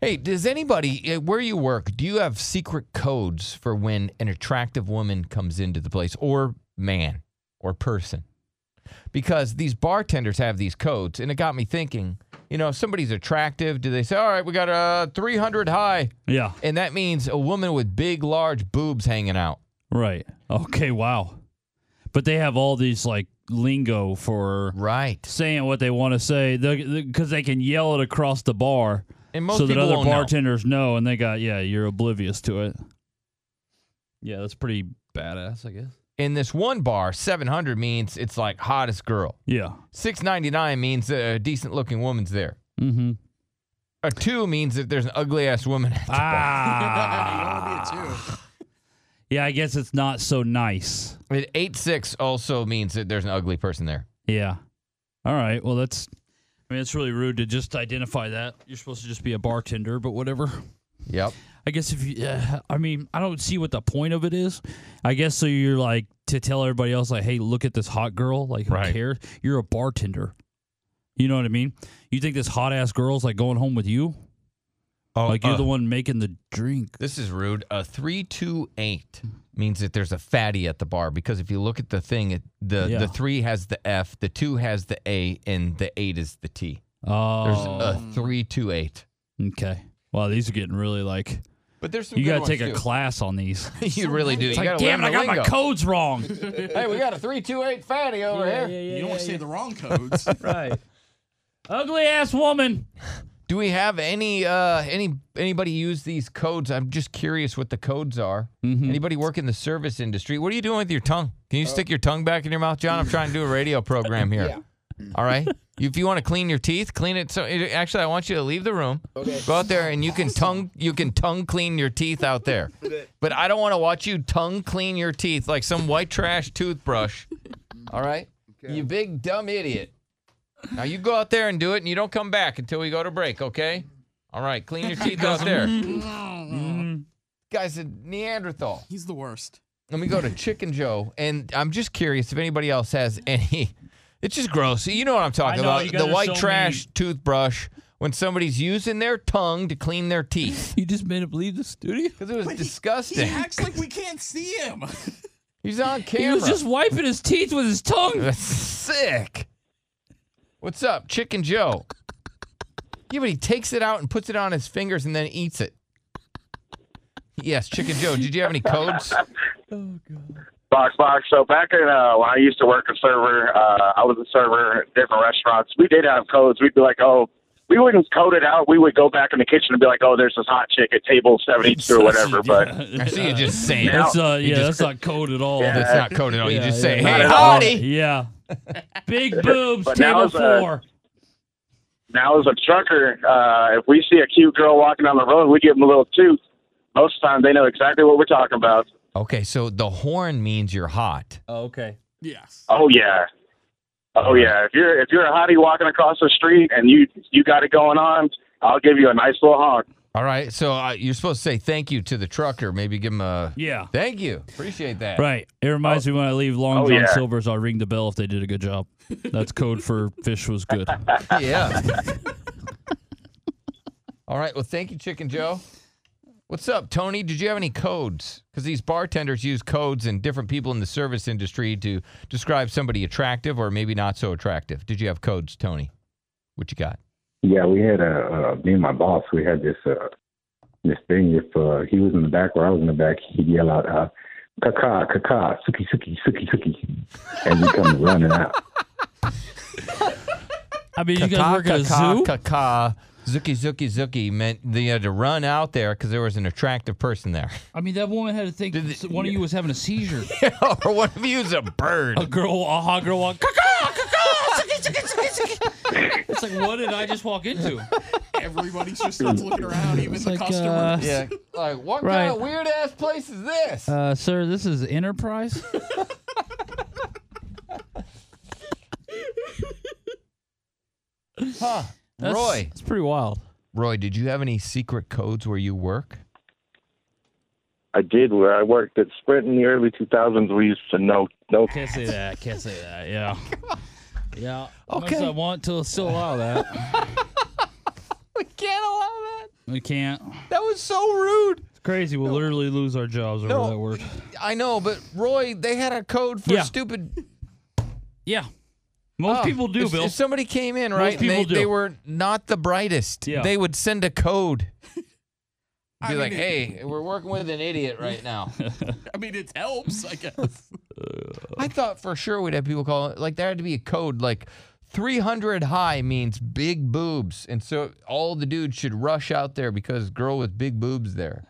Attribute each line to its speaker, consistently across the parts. Speaker 1: Hey, does anybody, uh, where you work, do you have secret codes for when an attractive woman comes into the place or man or person? Because these bartenders have these codes, and it got me thinking, you know, if somebody's attractive, do they say, all right, we got a 300 high?
Speaker 2: Yeah.
Speaker 1: And that means a woman with big, large boobs hanging out.
Speaker 2: Right. Okay. Wow. But they have all these like lingo for
Speaker 1: Right.
Speaker 2: saying what they want to say because they can yell it across the bar
Speaker 1: And most
Speaker 2: so that
Speaker 1: people
Speaker 2: other
Speaker 1: won't know.
Speaker 2: bartenders know. and they got, yeah, you're oblivious to it. Yeah, that's pretty badass, I guess.
Speaker 1: In this one bar, 700 means it's like hottest girl.
Speaker 2: Yeah.
Speaker 1: 699 means a decent looking woman's there.
Speaker 2: Mm-hmm.
Speaker 1: A two means that there's an ugly ass woman at the bar.
Speaker 2: Ah.
Speaker 3: you want to be a two.
Speaker 2: yeah, I guess it's not so nice.
Speaker 1: And Eight six also means that there's an ugly person there.
Speaker 2: Yeah. All right. Well, that's. I mean, it's really rude to just identify that. You're supposed to just be a bartender, but whatever.
Speaker 1: Yep.
Speaker 2: I guess if you, uh, I mean, I don't see what the point of it is. I guess so you're like to tell everybody else, like, hey, look at this hot girl. Like, who
Speaker 1: Right.
Speaker 2: cares? You're a bartender. You know what I mean? You think this hot ass girl's like going home with you?
Speaker 1: Oh,
Speaker 2: Like you're the one making the drink.
Speaker 1: this is rude. A three two eight means that there's a fatty at the bar because if you look at the thing, it, the
Speaker 2: Yeah.
Speaker 1: the three has the F, the two has the A, and the eight is the T. There's
Speaker 2: Oh,
Speaker 1: a three two eight.
Speaker 2: okay. Wow, these are getting really like
Speaker 1: But there's some.
Speaker 2: you
Speaker 1: good
Speaker 2: gotta
Speaker 1: ones,
Speaker 2: take a
Speaker 1: too.
Speaker 2: class on these.
Speaker 1: you really do.
Speaker 2: It's
Speaker 1: you
Speaker 2: like,
Speaker 1: gotta
Speaker 2: damn it, I
Speaker 1: learn the
Speaker 2: got my
Speaker 1: lingo.
Speaker 2: codes wrong.
Speaker 1: Hey, we got a three two eight fatty over here.
Speaker 3: You don't want to say the wrong codes.
Speaker 2: Right. Ugly ass woman.
Speaker 1: Do we have any uh any anybody use these codes? I'm just curious what the codes are. Anybody work in the service industry? What are you doing with your tongue? Can you stick your tongue back in your mouth, John? I'm trying to do a radio program here. All right. If you want to clean your teeth, clean it. So it- actually, I want you to leave the room. Okay. Go out there and you can tongue you can tongue clean your teeth out there. But I don't want to watch you tongue clean your teeth like some white trash toothbrush. All right. You big dumb idiot. Now you go out there and do it, and you don't come back until we go to break, okay? All right, clean your teeth out there. Guy's a Neanderthal.
Speaker 3: Mm-hmm. He's the worst.
Speaker 1: Let me go to Chicken Joe, and I'm just curious if anybody else has any. It's just gross. You know what I'm talking
Speaker 2: I know, you
Speaker 1: about? The
Speaker 2: guys are
Speaker 1: white
Speaker 2: so
Speaker 1: trash toothbrush when somebody's using their tongue to clean their teeth
Speaker 2: You just made him leave the studio.
Speaker 1: because it was
Speaker 3: He
Speaker 1: disgusting.
Speaker 3: acts like we can't see him.
Speaker 1: He's on
Speaker 2: He
Speaker 1: camera.
Speaker 2: was just wiping his teeth with his tongue.
Speaker 1: That's sick. What's up, Chicken Joe? Yeah, but he takes it out and puts it on his fingers and then eats it. Yes, Chicken Joe. Did you have any codes?
Speaker 2: Oh,
Speaker 4: Box, box. So back in uh, when I used to work a server, uh, I was a server at different restaurants. We did have codes. We'd be like, oh, we wouldn't code it out. We would go back in the kitchen and be like, oh, there's this hot chick at table 72 or whatever. But
Speaker 1: I see you just saying. it.
Speaker 2: That's uh,
Speaker 1: You
Speaker 2: yeah,
Speaker 1: just-
Speaker 2: that's not code at all.
Speaker 1: That's not code at all. you
Speaker 2: Yeah,
Speaker 1: just
Speaker 2: yeah,
Speaker 1: say,
Speaker 2: not
Speaker 1: "Hey,
Speaker 4: at all.
Speaker 1: hottie."
Speaker 2: Yeah. Big boobs,
Speaker 4: But now
Speaker 2: table
Speaker 4: it's, uh,
Speaker 2: four.
Speaker 4: now as a trucker, uh, if we see a cute girl walking down the road, we give them a little toot. Most of the time, they know exactly what we're talking about.
Speaker 1: Okay, so the horn means you're hot.
Speaker 2: Oh, okay.
Speaker 3: Yes.
Speaker 4: Oh yeah, oh yeah. If you're if you're a hottie walking across the street and you you got it going on, I'll give you a nice little honk.
Speaker 1: All right, so uh, you're supposed to say thank you to the trucker. Maybe give him a
Speaker 2: Yeah.
Speaker 1: thank you. Appreciate that.
Speaker 2: Right. It reminds me when I leave Long
Speaker 4: Oh,
Speaker 2: John
Speaker 4: yeah.
Speaker 2: Silver's, I'll ring the bell if they did a good job. That's code for fish was good.
Speaker 1: Yeah. All right. Well, thank you, Chicken Joe. What's up, Tony? Did you have any codes? Because these bartenders use codes and different people in the service industry to describe somebody attractive or maybe not so attractive. Did you have codes, Tony? What you got?
Speaker 5: Yeah, we had a uh, me and my boss. We had this uh, this thing. If uh, he was in the back or I was in the back, he'd yell out, uh, "Kaka, kaka, suki, suki, suki, suki," and we come running out.
Speaker 2: I mean, you guys work at a zoo?
Speaker 1: kaka. Zuki, zuki, zuki meant they had to run out there because there was an attractive person there.
Speaker 2: I mean, that woman had to think
Speaker 1: Did it-
Speaker 2: one of you was having a seizure.
Speaker 1: or one of you's a bird.
Speaker 2: a girl, a hot girl walk. "Caw-caw, caw-caw, sucky, sucky, sucky." It's like, what did I just walk into?
Speaker 3: Everybody's just starts looking around, even the
Speaker 2: like,
Speaker 3: customers.
Speaker 1: Yeah. Like, what
Speaker 2: Right.
Speaker 1: kind of weird ass place is this?
Speaker 2: Uh, sir, this is Enterprise.
Speaker 1: huh. Roy.
Speaker 2: it's pretty wild.
Speaker 1: Roy, did you have any secret codes where you work?
Speaker 6: I did where I worked at Sprint in the early 2000s. We used to know no
Speaker 2: Can't say that. Can't say that. Yeah. Yeah.
Speaker 1: Okay.
Speaker 2: Unless I want to still allow that.
Speaker 1: We can't allow that.
Speaker 2: We can't.
Speaker 1: That was so rude.
Speaker 2: It's crazy. We'll literally lose our jobs over
Speaker 1: No.
Speaker 2: that word.
Speaker 1: I know, but Roy, they had a code for
Speaker 2: Yeah.
Speaker 1: stupid.
Speaker 2: Yeah. Most
Speaker 1: Oh,
Speaker 2: people do,
Speaker 1: if,
Speaker 2: Bill.
Speaker 1: If somebody came in, right, and
Speaker 2: people
Speaker 1: they,
Speaker 2: do.
Speaker 1: they were not the brightest,
Speaker 2: Yeah.
Speaker 1: they would send a code. Be
Speaker 3: I
Speaker 1: like,
Speaker 3: mean,
Speaker 1: hey, we're working with an idiot right now.
Speaker 3: I mean, it helps, I guess.
Speaker 1: I thought for sure we'd have people call it like there had to be a code like 300 high means big boobs, and so all the dudes should rush out there because girl with big boobs there.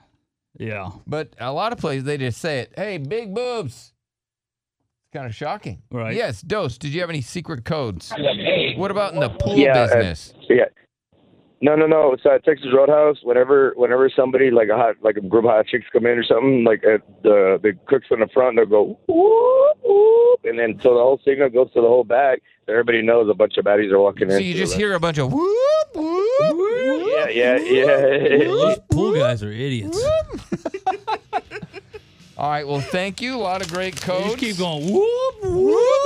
Speaker 2: yeah.
Speaker 1: But a lot of places they just say it, hey, big boobs. It's kind of shocking,
Speaker 2: Right.
Speaker 1: Yes, Dose. Did you have any secret codes? What about in the pool
Speaker 6: Yeah, uh,
Speaker 1: business?
Speaker 6: Yeah. No, no, no. It's at Texas Roadhouse. Whenever, whenever somebody like a hot, like a group of hot chicks come in or something, like at the the cooks in the front, they'll go whoop whoop, and then so the whole signal goes to the whole back. So everybody knows a bunch of baddies are walking in.
Speaker 1: so you just hear a bunch of whoop whoop whoop.
Speaker 6: Yeah, yeah, yeah.
Speaker 2: Those pool guys are idiots.
Speaker 1: All right. Well, thank you. A lot of great
Speaker 2: You
Speaker 1: codes.
Speaker 2: just keep going. Whoop, whoop.